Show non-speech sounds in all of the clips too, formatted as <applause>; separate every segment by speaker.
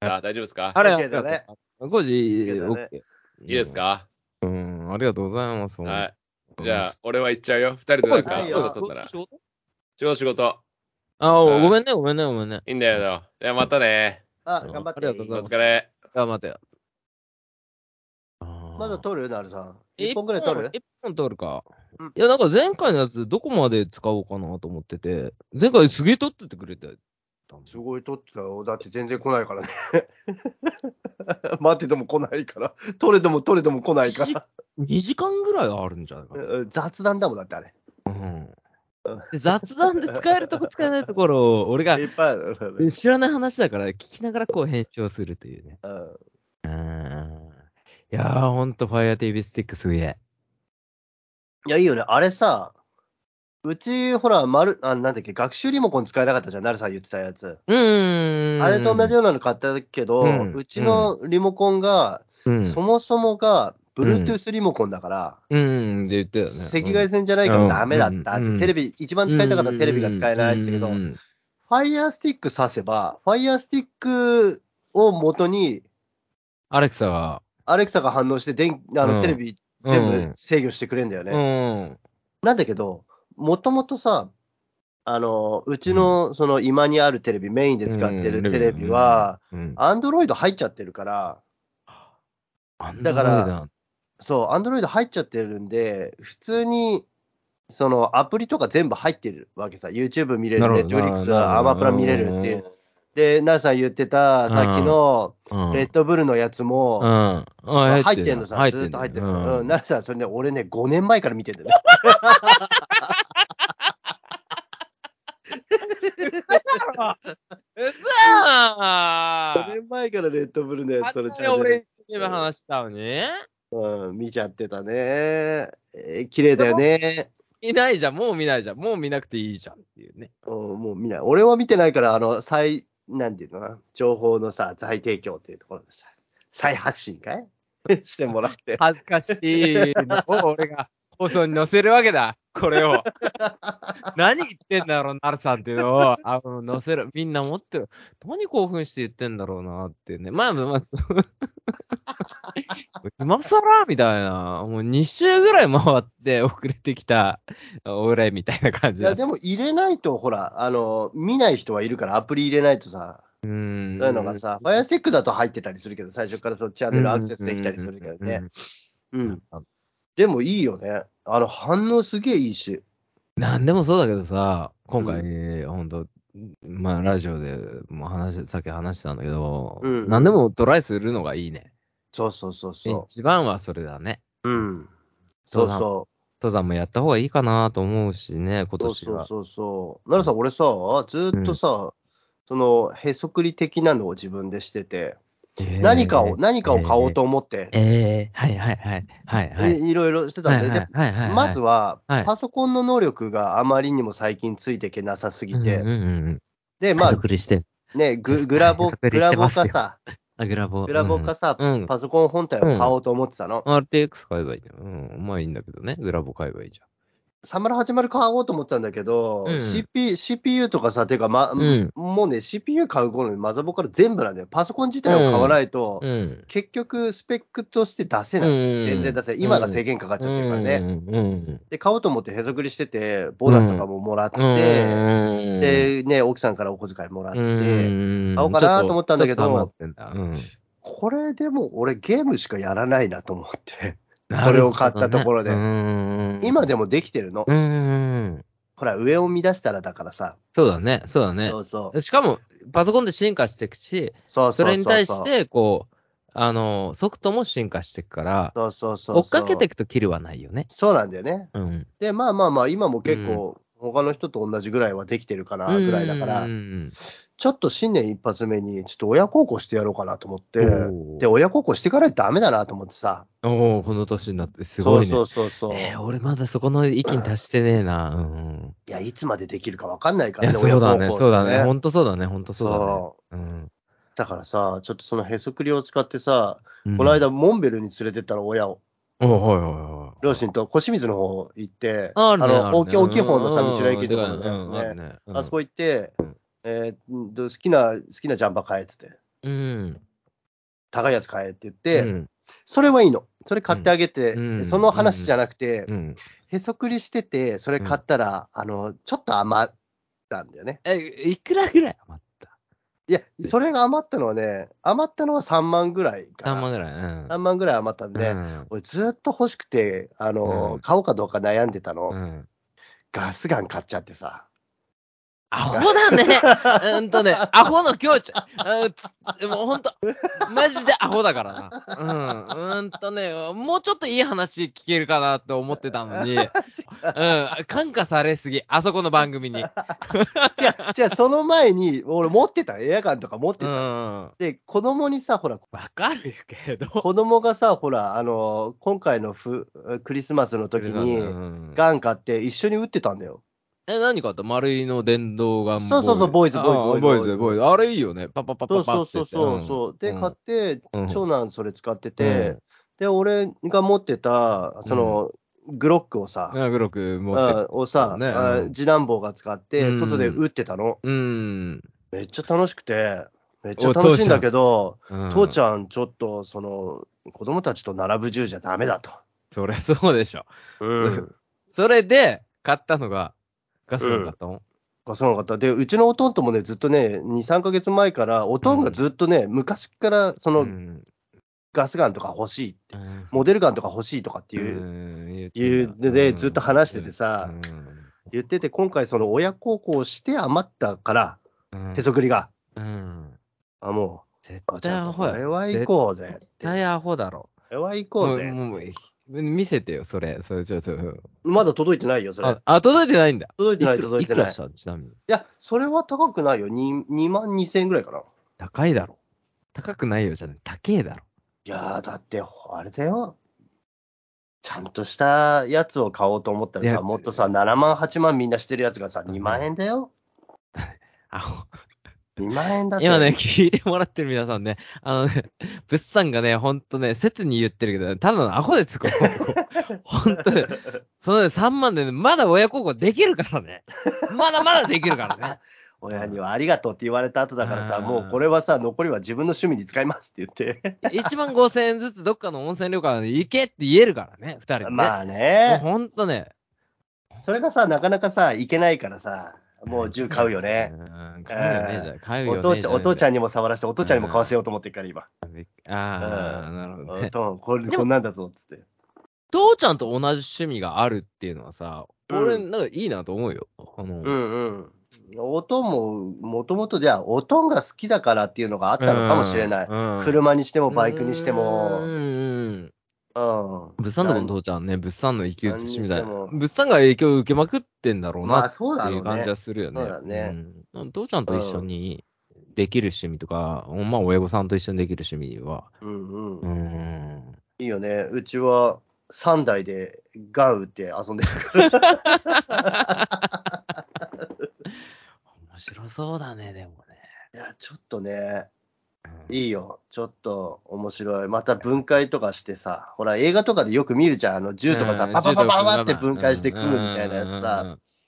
Speaker 1: あ大丈夫ですか
Speaker 2: あれ、
Speaker 3: OK だね
Speaker 2: 5時、
Speaker 3: OK だ
Speaker 2: OK。
Speaker 1: いいですか、
Speaker 4: うん、ありがとうございます。
Speaker 1: はい。じゃあ、俺は行っちゃうよ。二人でなんか、
Speaker 3: はい
Speaker 1: 音
Speaker 3: よ
Speaker 1: が取ったら。仕事仕事。
Speaker 2: あ、
Speaker 1: はい
Speaker 2: ごめんね、ごめんね、ごめんね。
Speaker 1: いいんだよ。じゃあ、またね。
Speaker 3: あ、頑張って。
Speaker 2: ありがとうご
Speaker 1: お
Speaker 2: ざい
Speaker 1: 疲れ。
Speaker 2: 頑張ってよ。
Speaker 4: あー
Speaker 3: まだ取るなるさん。一本ぐらい取る
Speaker 2: 一本取るか
Speaker 3: うん。
Speaker 2: いや、なんか前回のやつ、どこまで使おうかなと思ってて、前回すげえ取っててくれてたの
Speaker 3: すごい取ってたよ。だって全然来ないからね。 <laughs> 待ってても来ないから。取れても取れても来ないから。
Speaker 2: 2時間ぐらいあるんじゃないかな。
Speaker 3: うん雑談だもんだってあれ。
Speaker 2: うんで雑談で使えるとこ使えないところを、俺が
Speaker 3: いっぱいある。
Speaker 2: 知らない話だから聞きながらこう編集をするというね。
Speaker 3: うん
Speaker 2: うーんいやー、ほんと FireTV スティックすげえ。
Speaker 3: いや、いいよね。あれさ、うち、ほら、丸、あ、なんだっけ、学習リモコン使えなかったじゃん。なるさん言ってたやつ。
Speaker 2: うーん。
Speaker 3: あれと同じようなの買ったけど、
Speaker 2: うん
Speaker 3: うちのリモコンが、
Speaker 2: うん。
Speaker 3: そもそもが、Bluetooth リモコンだから、
Speaker 2: うん、って言ってたよね。
Speaker 3: 赤外線じゃないからダメだったって、
Speaker 2: うん
Speaker 3: テレビ、一番使いたかったらテレビが使えないってけど、
Speaker 2: う
Speaker 3: フ
Speaker 2: ん
Speaker 3: ァイヤースティックさせば、ファイヤースティックを元に、
Speaker 2: アレクサが。
Speaker 3: アレクサが反応して電、あ
Speaker 2: う
Speaker 3: の
Speaker 2: ん
Speaker 3: テレビ全
Speaker 2: うん
Speaker 3: 部制御してくれるんだよね。
Speaker 2: うん。
Speaker 3: なんだけど、もともとさ、あの、うちのその今にあるテレビ、メインで使ってるテレビは、
Speaker 2: うん、
Speaker 3: アンドロイド入っちゃってるから、だから
Speaker 2: ら、
Speaker 3: そう、アンドロイド入っちゃってるんで、普通に、そのアプリとか全部入ってるわけさ、YouTube 見れる、
Speaker 2: なるほど
Speaker 3: Netflix、
Speaker 2: な
Speaker 3: ア
Speaker 2: るほど
Speaker 3: マプラ見れるっていう。で、ナーさん言ってた、さっきの
Speaker 2: うん、
Speaker 3: レッドブルのやつ
Speaker 2: うん
Speaker 3: も、
Speaker 2: あ
Speaker 3: 入ってんのさ、ずーっと入ってるの。 <laughs> うん、ナーさん、それね、俺ね、5年前から見てんだよね。
Speaker 2: う
Speaker 3: 5
Speaker 2: ざ
Speaker 3: 年前からレッドブルのやつ、それチ
Speaker 2: ー
Speaker 3: ャンネル
Speaker 2: 俺、今話したのに
Speaker 3: うん、見ちゃってたね。えー綺麗だよね。
Speaker 2: 見ないじゃん、もう見ないじゃん、もう見なくていいじゃんっていうね。
Speaker 3: うん、もう見ない。俺は見てないから、あの、再、なんていうのかな、情報のさ、再提供っていうところでさ、再発信かい <laughs> してもら <laughs> って。
Speaker 2: 恥ずかしいのを俺が放送に載せるわけだ、これ
Speaker 3: <laughs>
Speaker 2: を。何言ってんだろうな、るさんっていうのをあの載せる。みんな持ってる。何興奮して言ってんだろうなってね。まあまあ、そう <laughs> 今更みたいな。もう2周ぐらい回って遅れてきた俺みたいな感
Speaker 3: い
Speaker 2: じだ
Speaker 3: や、でも入れないと、ほら、あの、見ない人はいるから、アプリ入れないとさ、
Speaker 2: うーん。
Speaker 3: そういうのがさ、ファイアスティックだと入ってたりするけど、最初からそのチャンネルアクセスできたりするけどね。うん。でもいいよね。あの、反応すげえいいし。
Speaker 2: なんでもそうだけどさ、今回、ほんと、まあ、ラジオでも話しさっき話したんだけど、
Speaker 3: うん
Speaker 2: なんでもトライするのがいいね。
Speaker 3: そうそうそうそ
Speaker 2: 一番はそれだね。
Speaker 3: う。うん。そう
Speaker 2: 登山
Speaker 3: そう。
Speaker 2: 登山もやった方がいいかなと思うしね、今
Speaker 3: そう
Speaker 2: 年
Speaker 3: そう
Speaker 2: は。
Speaker 3: そうそう。なるさん、俺さ、ずーっとさ、そのへそくり的なのを自分でしてて、
Speaker 2: えー
Speaker 3: 何かを、何かを買おうと。思って、
Speaker 2: えーえーはいはいはい。はいはい。
Speaker 3: いいろいろしてたんで、で
Speaker 2: はいはい
Speaker 3: まず
Speaker 2: は
Speaker 3: は、
Speaker 2: はい
Speaker 3: パソコンの能力があまりにも最近ついていけなさすぎて、
Speaker 2: うんうんうんうん。
Speaker 3: で、
Speaker 2: ま
Speaker 3: ま
Speaker 2: あ、
Speaker 3: あ
Speaker 2: 作りして。
Speaker 3: ね、ググラボ、
Speaker 2: 手作り
Speaker 3: グ
Speaker 2: し
Speaker 3: ラ
Speaker 2: て
Speaker 3: ボ
Speaker 2: ますよ
Speaker 3: かさ、
Speaker 2: あ、グラボ。
Speaker 3: グラボかさ、
Speaker 2: うん。うん
Speaker 3: パソコン本体を買おうと思ってたの。
Speaker 2: RTX 買えばいいね。うん。まあいいんだけどね。グラボ買えばいいじ
Speaker 3: サマラ80買おうと思ったんだけど、
Speaker 2: うん
Speaker 3: CP CPU とかさ、てか、ま
Speaker 2: ゃん。うん。
Speaker 3: もうね、CPU 買う頃にマザボから全部なんだよ。パソコン自体を買わないと、
Speaker 2: うん。
Speaker 3: 結局、スペックとして出せない。
Speaker 2: うん
Speaker 3: 全然出せない。今が制限かかっちゃってるからね。
Speaker 2: うんうんうん。
Speaker 3: で、買おうと思ってへそくりしてて、ボーナスとかももらって、
Speaker 2: うん、
Speaker 3: で、ね、奥さんからお小遣いもらって、
Speaker 2: うん
Speaker 3: 買おうかなと思ったんだけど
Speaker 2: ちょっとちょっと余ってんだ
Speaker 3: これでも俺ゲームしかやらないなと思って、
Speaker 2: うん
Speaker 3: それを買ったところで
Speaker 2: なるほどねうん
Speaker 3: 今でもできてるの。
Speaker 2: うんうん。
Speaker 3: ほら、上を乱したらだからさ。
Speaker 2: そうだね、そうだね
Speaker 3: そ。うそう。
Speaker 2: しかも、パソコンで進化していくし、
Speaker 3: そう
Speaker 2: そう
Speaker 3: ううう
Speaker 2: れに対し、て、こう、あの、ソフトも進化していくから、
Speaker 3: そうそうそう。
Speaker 2: 追っかけていくとキルはないよね。
Speaker 3: そうなんだよね。
Speaker 2: うん。
Speaker 3: で、まあまあまあ、今も結構、他の人と同じぐらいはできてるかな、ぐらいだから、
Speaker 2: うん
Speaker 3: ちょっと新年一発目に、ちょっと親孝行してやろうかなと思って、
Speaker 2: おー
Speaker 3: で、親孝行していかないとダメだなと思ってさ。
Speaker 2: おおこの年になって、すごいね。
Speaker 3: そうそうそうそう。
Speaker 2: えー俺まだそこの域に達してねえな。うん。
Speaker 3: いや、いつまでできるか分かんないか
Speaker 2: い
Speaker 3: ら
Speaker 2: や、
Speaker 3: ね、
Speaker 2: そうだ
Speaker 3: 親
Speaker 2: ね、
Speaker 3: 孝行って
Speaker 2: そうだね。ほんとそうだね、ほんと
Speaker 3: そ
Speaker 2: そううだね。うん。
Speaker 3: だからさ、ちょっとそのへそくりを使ってさ、
Speaker 2: うん
Speaker 3: この、間、モンベルに連れてったの、親を。
Speaker 2: おはいはいはい。
Speaker 3: 両親と小清水の方行って、
Speaker 2: あるね
Speaker 3: の大きい
Speaker 2: あるね
Speaker 3: 大きい方のさ、
Speaker 2: う
Speaker 3: 道
Speaker 2: ん
Speaker 3: の駅とかのやつ
Speaker 2: うんある
Speaker 3: ね。
Speaker 2: ね。
Speaker 3: あそこ行って、えーうんと好きな、好きなジャンパー買えっつって。
Speaker 2: うん。
Speaker 3: 高いやつ買えって言っ
Speaker 2: う
Speaker 3: て、
Speaker 2: ん
Speaker 3: それはいいの。それ買ってあげて、
Speaker 2: うん
Speaker 3: でその話じゃなくて、
Speaker 2: うん、
Speaker 3: へそくりしてて、それ買ったら、あの、ちょっと余ったんだよね。
Speaker 2: え、いくらぐらい余った
Speaker 3: いや、それが余ったのはね、余ったのは3万ぐらいかな。
Speaker 2: 何万ぐらいうん。
Speaker 3: 3万ぐらい余ったんで、
Speaker 2: うん
Speaker 3: 俺ずっと欲しくて、あの、
Speaker 2: うん
Speaker 3: 買おうかどうか悩んでたの、
Speaker 2: うん。
Speaker 3: ガスガン買っちゃって
Speaker 2: <laughs>
Speaker 3: さ。
Speaker 2: アホだね。
Speaker 3: <laughs>
Speaker 2: うんとね、アホの境地。うんつでもほんと、マジでアホだからな。うん。うんとね、もうちょっといい話聞けるかなと思ってたの
Speaker 3: <laughs>
Speaker 2: に、うん。感化されすぎ、あそこの番組に。
Speaker 3: じゃあ、じゃあその前に、俺持ってた、エアガンとか持って
Speaker 2: う
Speaker 3: た。
Speaker 2: ん。
Speaker 3: で、子供にさ、ほら、
Speaker 2: わかるけど。
Speaker 3: 子供がさ、ほら、あの、今回のふクリスマスの時
Speaker 2: う
Speaker 3: に、
Speaker 2: ん
Speaker 3: ガン買って一緒に撃ってたんだよ。
Speaker 2: え、何かあった丸いの電動ガン
Speaker 3: そうそうそうボーイズ
Speaker 2: あ
Speaker 3: ボーイズ
Speaker 2: ー
Speaker 3: ボ
Speaker 2: ボ
Speaker 3: ー
Speaker 2: ー
Speaker 3: イ
Speaker 2: イ
Speaker 3: ズ
Speaker 2: ズ、ボーイズ。あれいいよね。パッパッパッパ
Speaker 3: そ
Speaker 2: ッ
Speaker 3: う
Speaker 2: パ
Speaker 3: そ
Speaker 2: っ
Speaker 3: う
Speaker 2: て
Speaker 3: そ
Speaker 2: 言
Speaker 3: う
Speaker 2: って。
Speaker 3: そうそう。で、買って、
Speaker 2: うん
Speaker 3: 長男それ使って
Speaker 2: う
Speaker 3: て
Speaker 2: ん、
Speaker 3: で、俺が持ってた、その、グロックをさ、
Speaker 2: うん。グロク持って
Speaker 3: うんをさ、
Speaker 2: ね
Speaker 3: あ
Speaker 2: うん
Speaker 3: 次男坊が使って、
Speaker 2: うん
Speaker 3: 外で撃ってたの。
Speaker 2: うん。
Speaker 3: めっちゃ楽しくて、めっちゃ楽しいんだけど、
Speaker 2: うん
Speaker 3: 父ちゃん、ちょっと、その、子供たちと並ぶ銃じゃダメだと。
Speaker 2: そりゃそうでしょ。。
Speaker 3: うん
Speaker 2: それで、買ったのが、ガスガン買ったの、
Speaker 3: がすごかった。で、うちの弟もね、ずっとね、2、3ヶ月前から、弟がずっとね、昔から、そうの、
Speaker 2: ん。
Speaker 3: ガスガンとか欲しい、
Speaker 2: うん
Speaker 3: モデルガンとか欲しいとかっていう、
Speaker 2: ん
Speaker 3: い
Speaker 2: 言
Speaker 3: う
Speaker 2: って
Speaker 3: の
Speaker 2: た
Speaker 3: で、ずっと話しててさ、
Speaker 2: う
Speaker 3: 言ってて、今回、その親孝行して余ったから、
Speaker 2: ん。
Speaker 3: へそくりが、
Speaker 2: うん。
Speaker 3: あ、も
Speaker 2: 絶
Speaker 3: う、あ、じ
Speaker 2: 対
Speaker 3: ゃ
Speaker 2: ア
Speaker 3: あ、
Speaker 2: ホ
Speaker 3: こ
Speaker 2: や。
Speaker 3: れは行こうぜっ
Speaker 2: 絶
Speaker 3: て。
Speaker 2: 対アホだろ。
Speaker 3: これは行こうぜ。
Speaker 2: もうもう見せてよ、それ。それちょっと。
Speaker 3: まだ届いてないよ、それ
Speaker 2: あ。、あ届いてないんだ。
Speaker 3: 届いてない、
Speaker 2: くら
Speaker 3: 届いて
Speaker 2: く
Speaker 3: な
Speaker 2: ら
Speaker 3: い。い
Speaker 2: したちなみに。
Speaker 3: や、それは高くないよ。2, 2万2千円ぐらいかな。
Speaker 2: 高いだろ。高くないよじゃない。高えだろ。
Speaker 3: いやー、だって、あれだよ。ちゃんとしたやつを買おうと思ったら
Speaker 2: い
Speaker 3: さ、
Speaker 2: や
Speaker 3: もっとさ、7万、8万みんなしてるやつがさ、2万円だよ。
Speaker 2: アホ。
Speaker 3: 2万円だって。
Speaker 2: 今ね、 <laughs> 聞いてもらってる皆さんね、あのね、物産がね、ほんとね、切に言ってるけど、ね、ただのアホです、こ
Speaker 3: <laughs>
Speaker 2: こ。ほんとね、そのね、3万でね、まだ親孝行できるからね。まだまだできるからね。
Speaker 3: 親にはありがとうって言われた後だからさ、
Speaker 2: うん
Speaker 3: もうこれはさ、残りは自分の趣味に使いますって言って。
Speaker 2: 1万5千円ずつどっかの温泉旅館に行けって言えるからね、2人で、ね。
Speaker 3: <laughs> ま
Speaker 2: も
Speaker 3: あ
Speaker 2: う
Speaker 3: ね、
Speaker 2: ほんとね。
Speaker 3: それがさ、なかなかさ、いけないからさ、もう銃買うよね。
Speaker 2: うん。買うよね、じゃあ買うよ
Speaker 3: お
Speaker 2: ね。
Speaker 3: 父ちゃん、お父ち
Speaker 2: ゃ
Speaker 3: ゃんにも触らせて、お父ちゃんにも買わせようと思ってるから、今。
Speaker 2: ん。ああ、なるほど
Speaker 3: う
Speaker 2: ね
Speaker 3: ん。と、これ、
Speaker 2: でも
Speaker 3: こんなんだぞ、つって。
Speaker 2: 父ちゃんと同じ趣味があるっていうのはさ、
Speaker 3: うん
Speaker 2: 俺、なんかいいなと思うよ。あの、
Speaker 3: んうん。音も、もともとじゃあ、音が好きだからっていうのがあったのかもしれない。
Speaker 2: うん
Speaker 3: 車にしても、バイクにして
Speaker 2: うん
Speaker 3: も、
Speaker 2: うん。
Speaker 3: うん。
Speaker 2: 物産とかの父ちゃんね、物産の勢い趣味だ
Speaker 3: 何に
Speaker 2: よ
Speaker 3: しても
Speaker 2: 物産が影響を受けまくってんだろう
Speaker 3: ま
Speaker 2: な
Speaker 3: あ、
Speaker 2: っ
Speaker 3: そうだ
Speaker 2: てい
Speaker 3: ろ
Speaker 2: う
Speaker 3: う
Speaker 2: 感
Speaker 3: ね
Speaker 2: じ。はするよね。
Speaker 3: そうだね
Speaker 2: うん父ちゃんと一緒にできる趣味とか、まあ親御さんと一緒にできる趣味は、
Speaker 3: うんう。
Speaker 2: うんん。
Speaker 3: いいよね。うちは、3台でガン打って遊んでる。
Speaker 2: 面白そうだね、でもね。
Speaker 3: いや、ちょっとね、
Speaker 2: うん
Speaker 3: いいよ。ちょっと面白い。また分解とかしてさ、ほら、映画とかでよく見るじゃん。あの、銃とかさ、
Speaker 2: うん
Speaker 3: パパパパパっ
Speaker 2: 柔
Speaker 3: て
Speaker 2: 道組
Speaker 3: 分
Speaker 2: む
Speaker 3: 解して組むみたいなやつさ
Speaker 2: うんうんうんう。ん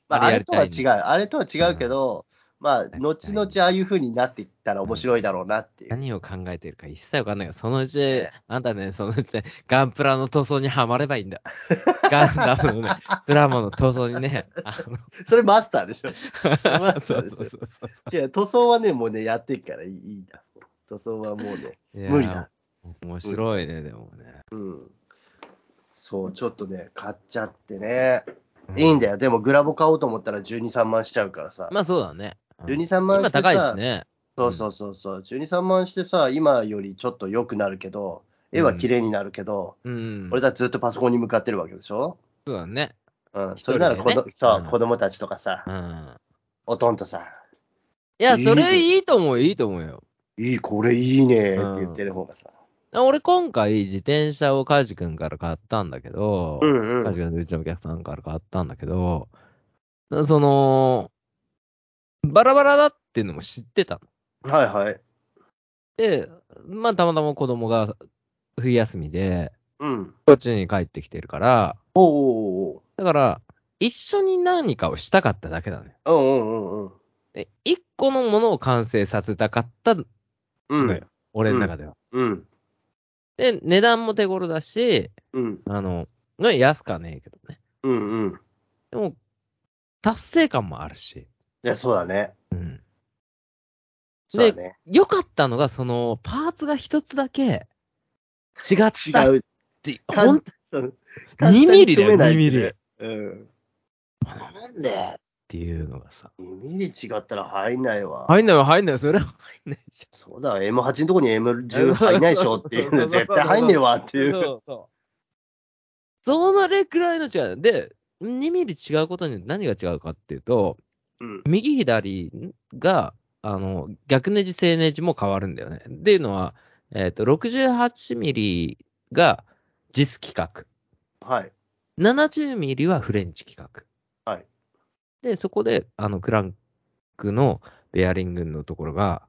Speaker 3: まあ、あ
Speaker 2: あれや
Speaker 3: れ
Speaker 2: り
Speaker 3: と
Speaker 2: た
Speaker 3: はい違
Speaker 2: ね
Speaker 3: う、あれとは違うけど、まあ、後々ああいう風になっていったら面白いだろうなっていう。
Speaker 2: 何を考えてるか一切わかんないから、そのうち、あんたね、そのうちね、ガンプラの塗装にはまればいいんだ。 <laughs> ガンダ
Speaker 3: <laughs>
Speaker 2: ムのね、プラモの塗装にね。あの
Speaker 3: それマスターでしょ。マス
Speaker 2: <laughs>
Speaker 3: タ
Speaker 2: そ
Speaker 3: ー
Speaker 2: う
Speaker 3: でし
Speaker 2: そうそうそ
Speaker 3: ょ。違う、塗装はね、もうね、やっていくからいいいいだ。塗装はもうね、
Speaker 2: う。
Speaker 3: 無理だ。。
Speaker 2: 面白いね、でも
Speaker 3: そう、ちょっとね、買っちゃってね。
Speaker 2: ね。
Speaker 3: いいん
Speaker 2: だ
Speaker 3: だよ。でも、グラボ買おうと思ったら12、3万しちゃうからさ。
Speaker 2: まあそうだね。うん
Speaker 3: 12、3万して
Speaker 2: 今
Speaker 3: さ
Speaker 2: 高いですね。
Speaker 3: そうそうそうそう。12、3万してさ、今よりちょっと良くなるけど、絵は綺麗になるけど、
Speaker 2: うん。
Speaker 3: 俺たちずっとパソコンに向かってるわけでしょ
Speaker 2: そうだね。
Speaker 3: うん、
Speaker 2: 一人
Speaker 3: それ
Speaker 2: でね
Speaker 3: なら子ど、そう
Speaker 2: うん
Speaker 3: 子供たちとかさ、
Speaker 2: うん。
Speaker 3: おとんとさ、
Speaker 2: いや、それいいと思うよ、いいと思うよ。
Speaker 3: いい、これいいね
Speaker 2: うん
Speaker 3: って言ってる方がさ。
Speaker 2: 俺今回自転車をカジ君から買ったんだけど、
Speaker 3: ん
Speaker 2: カジ。君のうちのお客さんから買ったんだけど、その、バラバラだっていうのも知ってたの。
Speaker 3: はいはい。
Speaker 2: で、まあたまたま子供が冬休みで、
Speaker 3: うん。
Speaker 2: こっちに帰ってきてるから、
Speaker 3: おう
Speaker 2: だから、一緒に何かをしたかっただけだね。
Speaker 3: おうおう。うんうんうんうん。
Speaker 2: で、一個のものを完成させたかった
Speaker 3: う
Speaker 2: だ
Speaker 3: ん
Speaker 2: よ。俺の中では。
Speaker 3: うん。
Speaker 2: で、値段も手頃だし、
Speaker 3: うん。
Speaker 2: あの、まあ安かねえけどね。
Speaker 3: うん。うん。
Speaker 2: でも、達成感もあるし。
Speaker 3: いや、そうだね。
Speaker 2: うん。
Speaker 3: そうだね。
Speaker 2: 良かったのが、その、パーツが一つだけ、違っ
Speaker 3: 違
Speaker 2: たっ
Speaker 3: う。
Speaker 2: て、
Speaker 3: かん
Speaker 2: ほん、
Speaker 3: そう
Speaker 2: 2ミリだよ、
Speaker 3: 簡
Speaker 2: 2
Speaker 3: 単
Speaker 2: ミ
Speaker 3: に組め
Speaker 2: リ。
Speaker 3: ないうん。
Speaker 2: なんでっていうのがさ。
Speaker 3: 2ミリ違ったら入んないわ。
Speaker 2: 入んないわ、入んないわ、それは入んないじ
Speaker 3: そうだ、M8 のとこに M10 入んないでしょっていうの絶対入んねえわって
Speaker 2: ゃん。
Speaker 3: いう。
Speaker 2: うそう。 <laughs> それくらいの違い。で、2ミリ違うことによって何が違うかっていうと、
Speaker 3: うん。
Speaker 2: 右左が、あの、逆ネジ、正ネジも変わるんだよね。っていうのは、えっ、と、68ミリがジス規格。
Speaker 3: はい。
Speaker 2: 70ミリはフレンチ規格。
Speaker 3: はい。
Speaker 2: で、そこで、あの、クランクのベアリングのところが、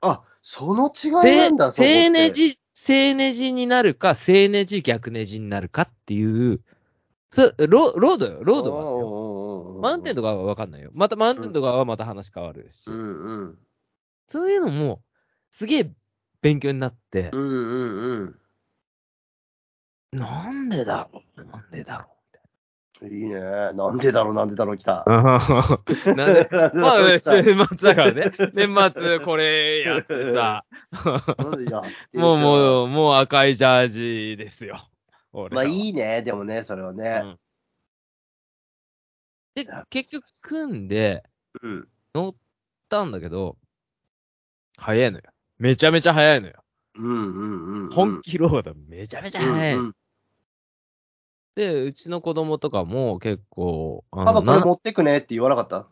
Speaker 3: あ、その違い
Speaker 2: せ
Speaker 3: なんだ、そこって
Speaker 2: 正ネ。ジ、正ネジになるか、正ネジ逆ネジになるかっていう、そロロードよ、ロードはあるよ。
Speaker 3: は
Speaker 2: マウンテン
Speaker 3: ド。
Speaker 2: とかは分かんないよ。またマウンテンとかはまた話変わるし、
Speaker 3: うんうん。
Speaker 2: そういうのも、すげえ勉強になって
Speaker 3: う、んうん
Speaker 2: なんでだろう、なんでだろ
Speaker 3: うん。いいね。なんでだろう、なんでだろう、来た。 <laughs>
Speaker 2: う。なんで <laughs> まあね、週末だからね。年末これやってさ、
Speaker 3: なんでやってる
Speaker 2: もう
Speaker 3: う。
Speaker 2: もう、もう赤いジャージですよ。俺
Speaker 3: まあ
Speaker 2: らはい
Speaker 3: いね、でもね、それはね。
Speaker 2: で、結局組んで
Speaker 3: うん。
Speaker 2: 乗ったんだけど、早いのよ。めちゃめちゃ早いのよ。
Speaker 3: うんうんうん。
Speaker 2: 本気ロードめちゃめちゃ早い。
Speaker 3: うんうん
Speaker 2: で、うちの子供とかも結構、あの
Speaker 3: パパこれ
Speaker 2: な
Speaker 3: 持ってくねって言わなかった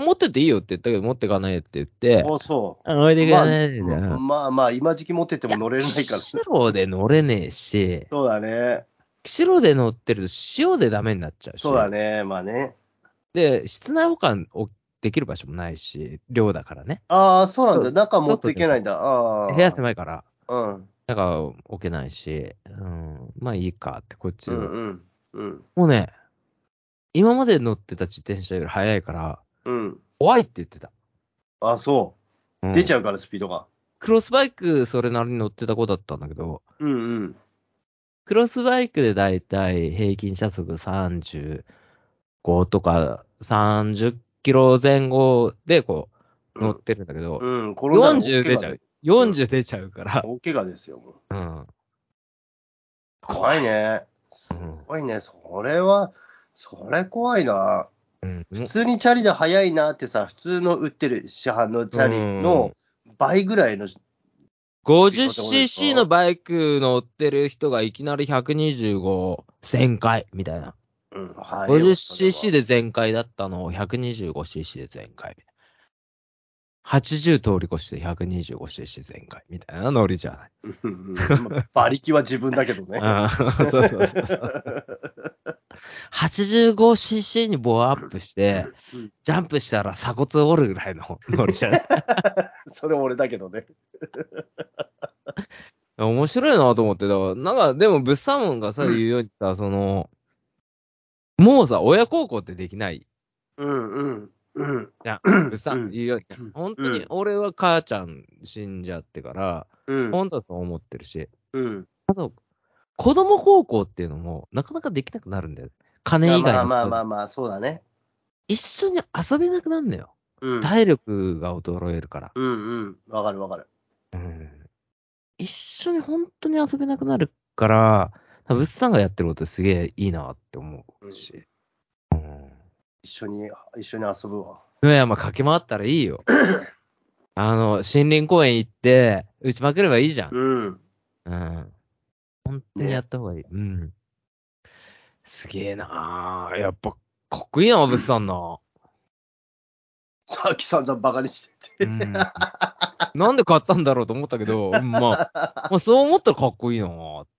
Speaker 2: 持ってっていいよって言ったけど、持ってかないって言って、
Speaker 3: あ、そう。
Speaker 2: あ置いてかないみたいな。
Speaker 3: まあまあ、今時期持ってっても乗れないから。
Speaker 2: 釧路で乗れねえし、
Speaker 3: そうだね。
Speaker 2: 釧路で乗ってると塩でダメになっちゃうし、
Speaker 3: そうだね。まあね。
Speaker 2: で、室内保管をできる場所もないし、寮だからね。
Speaker 3: ああ、そうなん
Speaker 2: そ
Speaker 3: だ。
Speaker 2: う
Speaker 3: 中持っていけないんだ。ああ。
Speaker 2: 部屋狭いから、
Speaker 3: うん。
Speaker 2: だから置けないし、うん、まあいいかって、こっち
Speaker 3: う
Speaker 2: を、
Speaker 3: んうん。うん。
Speaker 2: もうね、今まで乗ってた自転車より速いから、
Speaker 3: うん。
Speaker 2: 怖いって言ってた。
Speaker 3: あそうう。
Speaker 2: ん
Speaker 3: 出ちゃうから、スピードが。
Speaker 2: クロスバイク、それなりに乗ってた子だったんだけど、
Speaker 3: うんうん。
Speaker 2: クロスバイクでだいたい平均車速35とか30キロ前後でこう乗ってるんだけど、
Speaker 3: うん。これなら
Speaker 2: 40出ちゃう。40出ちゃうから。
Speaker 3: 大怪我ですよ。もう
Speaker 2: うん。
Speaker 3: 怖いね。すごいね。それは、それ怖いな。
Speaker 2: うん。
Speaker 3: 普通にチャリで速いなってさ、普通の売ってる市販のチャリの倍ぐらいの。
Speaker 2: 50cc のバイク乗ってる人がいきなり125、1000回みたいな。
Speaker 3: うん。はい。
Speaker 2: 50cc で全開だったのを 125cc で全開。80通り越して 125cc 全開みたいなノリじゃない。
Speaker 3: うんうんうん。
Speaker 2: <laughs>
Speaker 3: まあ馬力は自分だけどね。
Speaker 2: あー <laughs> そうそうそうそう
Speaker 3: <laughs>
Speaker 2: 85cc にボアアップして
Speaker 3: うん、
Speaker 2: ジャンプしたら鎖骨折るぐらいのノリじゃない。
Speaker 3: <laughs> それ俺だけどね。
Speaker 2: 面白いなと思って、だから、なんか、でも、ブッサモンがさ、
Speaker 3: うん
Speaker 2: 言うようにさ、その、もうさ、親孝行ってできない
Speaker 3: うんうん。うん。
Speaker 2: じゃん。
Speaker 3: うん
Speaker 2: ブッサモン言うよう
Speaker 3: う
Speaker 2: に
Speaker 3: ん。
Speaker 2: 本当に、俺は母ちゃん死んじゃってから、
Speaker 3: うん。
Speaker 2: 本当だと思ってるし、
Speaker 3: うん。
Speaker 2: 子供孝行っていうのも、なかなかできなくなるんだよ。金以外
Speaker 3: まあ
Speaker 2: の。
Speaker 3: まあまあまあ、そうだね。
Speaker 2: 一緒に遊べなくなるのよ。
Speaker 3: うん。
Speaker 2: 体力が衰えるから。
Speaker 3: うんうん。わかるわかる。
Speaker 2: 一緒に本当に遊べなくなるから、ブッサンがやってることすげえいいなって思うし。うん
Speaker 3: 一緒に、一緒に遊ぶわ。
Speaker 2: 野山駆け回ったらいい
Speaker 3: <coughs>
Speaker 2: よ。あの、森林公園行って、打ちまくればいいじゃん。
Speaker 3: うん。
Speaker 2: うん。本当にやった方がいい。うん。すげえなあやっぱ、かっこいいな、ブッサンな。
Speaker 3: さっきさんざんバカにして。 <laughs>
Speaker 2: うん、なんで買ったんだろうと思ったけど、うんまあ、まあ、そう思ったらかっこいいな。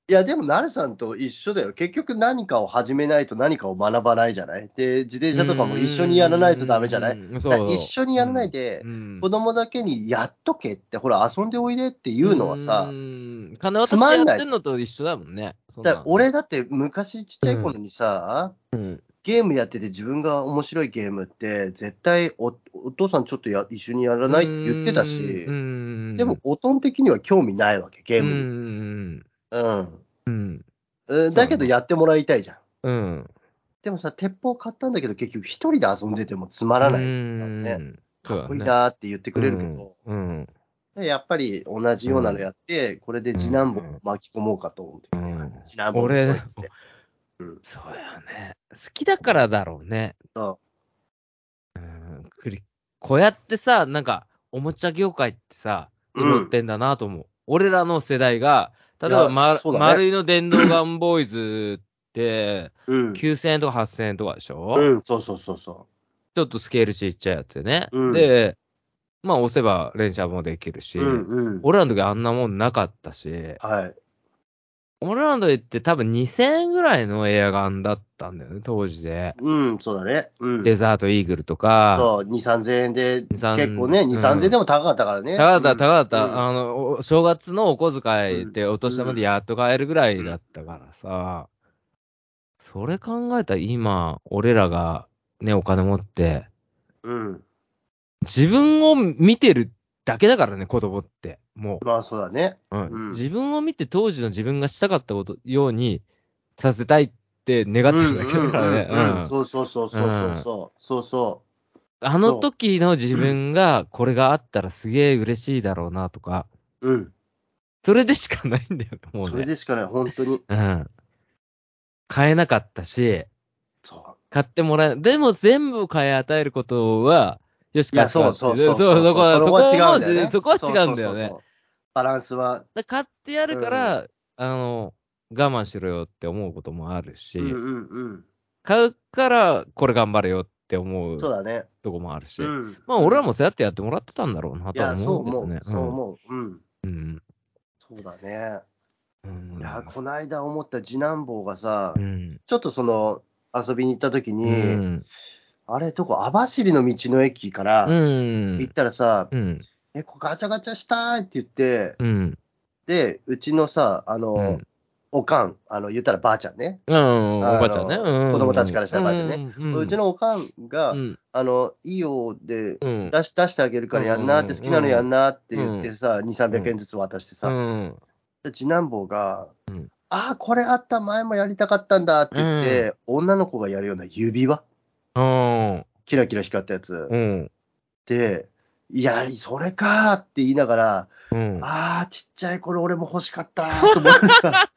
Speaker 3: いや、でも、なるさんと一緒だよ。結局何かを始めないと何かを学ばないじゃないで、自転車とかも一緒にやらないとダメじゃない
Speaker 2: うん
Speaker 3: だから一緒にやらない、で
Speaker 2: う、ん
Speaker 3: 子供だけにやっとけって、ほら、遊んでおいでっていうのはさ、
Speaker 2: う、ん金渡し
Speaker 3: つまん
Speaker 2: て
Speaker 3: ない
Speaker 2: やってんのと一緒だもんね。そんな
Speaker 3: だ
Speaker 2: の
Speaker 3: から俺だって昔ちっちゃい頃にさ、
Speaker 2: うん
Speaker 3: ゲームやってて自分が面白いゲームって、絶対おお父さんちょっとや一緒にやらないって言ってたし、で
Speaker 2: で
Speaker 3: も、、おとん的には興味ないわけ、ゲ
Speaker 2: う
Speaker 3: ー
Speaker 2: ん
Speaker 3: ムに。うん。
Speaker 2: うん。
Speaker 3: うんだけどやってもらいたいじゃん。
Speaker 2: うん。
Speaker 3: でもさ、鉄砲買ったんだけど、結局一人で遊んでてもつまらない。ね
Speaker 2: うん。そう
Speaker 3: か
Speaker 2: だ
Speaker 3: っこいい
Speaker 2: ね
Speaker 3: なーって言ってくれるけど、
Speaker 2: うん。
Speaker 3: でやっぱり同じようなのやって、これで次男坊を巻き込もうかと思って。
Speaker 2: うん
Speaker 3: 次男坊を
Speaker 2: 俺
Speaker 3: 巻き込んで
Speaker 2: そうやね。好きだからだろうね。
Speaker 3: そ
Speaker 2: うんクリこうやってさ、なんか、おもちゃ業界ってさ、
Speaker 3: うん
Speaker 2: 潤ってんだなと思う。俺らの世代が、例えば、
Speaker 3: いや
Speaker 2: ま
Speaker 3: そうだね
Speaker 2: 丸いの電動ガンボーイズって、
Speaker 3: うん
Speaker 2: 9000円とか8000円とかでしょ、
Speaker 3: うん、そうそうそうそ
Speaker 2: ちょっとスケールちっちゃいやつよね。
Speaker 3: うん
Speaker 2: で、まあ押せば連射もできるし、
Speaker 3: う。うんうん。
Speaker 2: 俺らの時あんなもんなかったし、
Speaker 3: はい。
Speaker 2: 俺らの時って多分2000円ぐらいのエアガンだったんだよね、当時で。
Speaker 3: うん、そうだね。うん。
Speaker 2: デザートイーグルとか、
Speaker 3: そう、2、3000円で、
Speaker 2: 2 3
Speaker 3: 結構ね、2、3000円でも高かったからね。
Speaker 2: 高かった、高かった。
Speaker 3: うん
Speaker 2: あの、お正月のお小遣いでお年玉でやっと買えるぐらいだったからさ、それ考えたら今、俺らがね、お金持って、
Speaker 3: うん。
Speaker 2: 自分を見てるだけだからね、子供って。も
Speaker 3: まあそうだね。
Speaker 2: う、うん
Speaker 3: うん
Speaker 2: 自分を見て当時の自分がしたかったことようにさせたいって願ってるだけだからね。
Speaker 3: うんうん
Speaker 2: う
Speaker 3: うんんそうそうそうそうそうそう。そうそ
Speaker 2: あの時の自分がこれがあったらすげえ嬉しいだろうなとか、
Speaker 3: う。うん。
Speaker 2: それでしかないんだよね、もうね。
Speaker 3: それでしかない、本当に。
Speaker 2: うん。買えなかったし、
Speaker 3: そ
Speaker 2: 買ってもらえ、でも全部買い与えることは、よし
Speaker 3: う。い
Speaker 2: か
Speaker 3: や、
Speaker 2: しか
Speaker 3: そ
Speaker 2: っ
Speaker 3: う
Speaker 2: て
Speaker 3: そうそう。
Speaker 2: そう、そこは、そこは
Speaker 3: 違
Speaker 2: も
Speaker 3: う
Speaker 2: うん
Speaker 3: だよね
Speaker 2: そこは違うんだよ。
Speaker 3: そそ
Speaker 2: ね
Speaker 3: そ。うバランスは。
Speaker 2: だから買ってやるから、あの、我慢しろよって思うこともあるし、
Speaker 3: うんうんうん。
Speaker 2: 買うからこれ頑張れよって思う
Speaker 3: そうだね。
Speaker 2: とこもあるし、
Speaker 3: うん
Speaker 2: まあ俺らもそうやってやってもらってたんだろうないとは
Speaker 3: や、そう
Speaker 2: 思うけ
Speaker 3: 思
Speaker 2: どね
Speaker 3: う。。そう思う。うん。
Speaker 2: うん。
Speaker 3: そうだね。
Speaker 2: うん。
Speaker 3: いや、この間思った次男坊がさ
Speaker 2: う、ん。
Speaker 3: ちょっとその、遊びに行った時
Speaker 2: う
Speaker 3: に、
Speaker 2: ん。
Speaker 3: あれ、どこ、網走の道の駅から
Speaker 2: うん。
Speaker 3: 行ったらさ、
Speaker 2: うん。
Speaker 3: え、こうガチャガチャしたいって言って、
Speaker 2: うん。
Speaker 3: で、うちのさ、あ
Speaker 2: う
Speaker 3: の
Speaker 2: ん、
Speaker 3: おかん、あの、言ったらばあちゃんね。
Speaker 2: うん。おばちゃんね。
Speaker 3: あ
Speaker 2: う
Speaker 3: の
Speaker 2: ん。
Speaker 3: 子供たちからしたらばあちゃんね
Speaker 2: ね
Speaker 3: うちのおかんが
Speaker 2: う、ん。
Speaker 3: あの、いいよで
Speaker 2: うん。
Speaker 3: 出し出してあげるからやんなって、
Speaker 2: うん
Speaker 3: 好きなのやんなって言ってさ、2、300円ずつ渡して
Speaker 2: う
Speaker 3: さ、
Speaker 2: ん。
Speaker 3: で次男坊が
Speaker 2: うん、
Speaker 3: ああ、これあった、前もやりたかったんだって言って、女の子がやるような指輪、
Speaker 2: うん。
Speaker 3: キラキラ光ったやつ
Speaker 2: うん。
Speaker 3: で、いや、それかーって言いながら、
Speaker 2: うん。
Speaker 3: ああ、ちっちゃい頃俺も欲しかったーと思っ
Speaker 2: <laughs>
Speaker 3: てさ、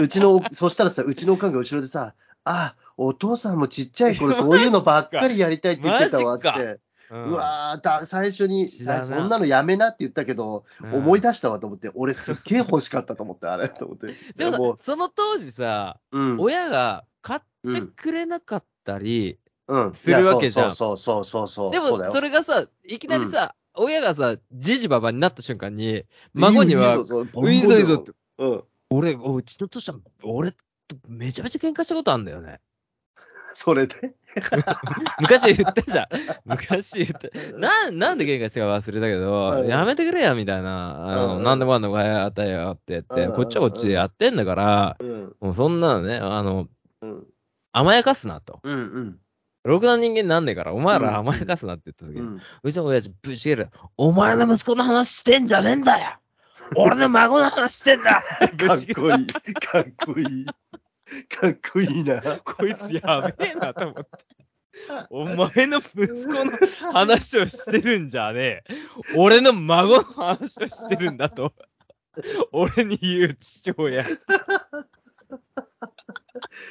Speaker 3: うちの、そしたらさ、うちのおかんが後ろでさ、ああ、お父さんもちっちゃい頃そういうのばっかりやりたいって言ってたわって
Speaker 2: マジ。
Speaker 3: うわーだ、最初に、
Speaker 2: 知ら
Speaker 3: さ
Speaker 2: な
Speaker 3: そんなのやめなって言ったけど、
Speaker 2: うん、
Speaker 3: 思い出したわと思って、俺すっげえ欲しかったと思って、あれと思って。
Speaker 2: で
Speaker 3: も
Speaker 2: も、その当時さ、
Speaker 3: う、うん。
Speaker 2: 親が買って
Speaker 3: うん
Speaker 2: くれなかったり、
Speaker 3: うん
Speaker 2: するわけじゃん
Speaker 3: いやそうそうそうそうそう。
Speaker 2: で
Speaker 3: そうだ
Speaker 2: も
Speaker 3: よ
Speaker 2: それがさ、いきなりさ、親がさ、じじばばになった瞬間に、
Speaker 3: うん
Speaker 2: 孫には、
Speaker 3: いい
Speaker 2: ウ
Speaker 3: ぞ
Speaker 2: ィぞいいぞっ。て、
Speaker 3: うん。
Speaker 2: 俺、うちの父さん、俺とめちゃめちゃ喧嘩したことあるんだよね。
Speaker 3: それで。
Speaker 2: 昔言ったじゃん。昔言った。ななんで喧嘩したか忘れたけど、
Speaker 3: うん
Speaker 2: やめてくれや、みたいな。あの、
Speaker 3: うんうん
Speaker 2: なんでもあんのかやったよって言って、
Speaker 3: うんうん
Speaker 2: こっちはこっちでやってんだから、
Speaker 3: うん。
Speaker 2: もうそんなのね、あの、
Speaker 3: うん。
Speaker 2: 甘やかすなと。
Speaker 3: うん。うん。
Speaker 2: ろくな人間なんねえから、お前ら甘やかすなって言った時
Speaker 3: う。
Speaker 2: に、うんちの親父ぶち切れる。お前の息子の話してんじゃねえんだよ俺の孫の話してんだ
Speaker 3: <laughs> か
Speaker 2: ぶ
Speaker 3: っ
Speaker 2: ち切れ
Speaker 3: こいい。 <laughs> かっこいい。かっこいいな。
Speaker 2: こいつやべえなと思って。お前の息子の話をしてるんじゃねえ。俺の孫の話をしてるんだと。俺に言う父親。。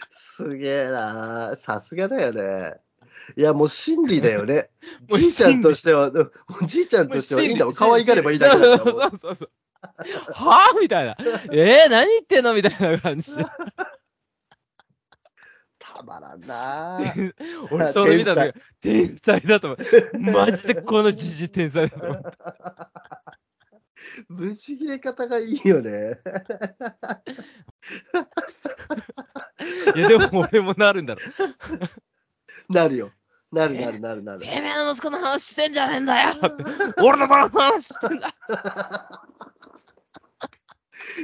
Speaker 3: すげえな。さすがだよね。いや、もう真理だよ <laughs> ね
Speaker 2: もう真理
Speaker 3: じいちゃんとしては、もうじいちゃんとしてはいいんだもん。可愛がればいいだけ
Speaker 2: そ
Speaker 3: だ
Speaker 2: う <laughs>
Speaker 3: から
Speaker 2: そ
Speaker 3: も <laughs> う
Speaker 2: うそうそう。はぁみたいな。えー、何言ってんのみたいな感じで。
Speaker 3: たまらんな。
Speaker 2: 天俺、それ見た時、天才だと思う。マジでこのじじい天才だと思う。
Speaker 3: ぶち切れ方がいいよね。
Speaker 2: いや、でも俺もなるんだろう。
Speaker 3: なるよ。なるなるなるなる
Speaker 2: て。めえの息子の話してんじゃねえんだよ <laughs> 俺のバラの話してんだ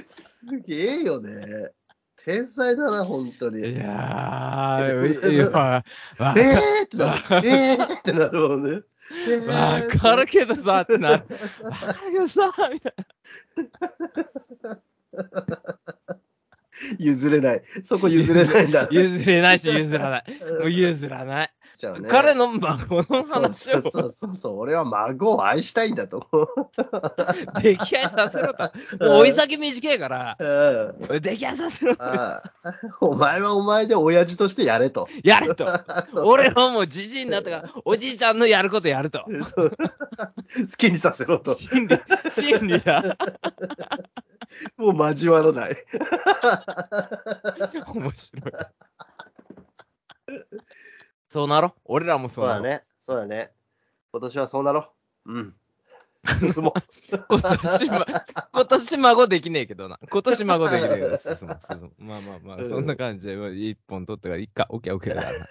Speaker 3: すげえよね。天才だな、本当
Speaker 2: い
Speaker 3: に。
Speaker 2: やー、いや、わ、わ
Speaker 3: えーってなる。えーってなるもんね。え
Speaker 2: わ
Speaker 3: ー
Speaker 2: かるけどさ、ってなる。わかるけどさ、みたい
Speaker 3: 譲れない。そこ <laughs> 譲れないんだ
Speaker 2: な。。譲れないし、譲らない。もう譲らない。
Speaker 3: ちゃうね
Speaker 2: 彼の孫の話
Speaker 3: そ
Speaker 2: を
Speaker 3: うそうそうそう、俺は孫を愛したいんだと。
Speaker 2: 出来合いさせろと。もう追い先短いから、
Speaker 3: うん
Speaker 2: 出来合いさせろ。
Speaker 3: ああお前はお前で親父としてやれと。
Speaker 2: やれと。俺はもうじじいになったから、おじいちゃんのやることやると。
Speaker 3: 好きにさせろと。
Speaker 2: 真理、真理だ。
Speaker 3: もう交わらない。
Speaker 2: 面白い。そうなろ。俺らもそうなろ。
Speaker 3: ね。そうだね。今年はそうなろう。うん。進もう。
Speaker 2: <laughs> 今年ま、今年孫できねえけどな。今年孫
Speaker 3: <laughs>
Speaker 2: できねえけど。進む進むまあまあまあ、
Speaker 3: うん
Speaker 2: そんな感じで、一本取ったから、いっか、オッケーオッケーだな。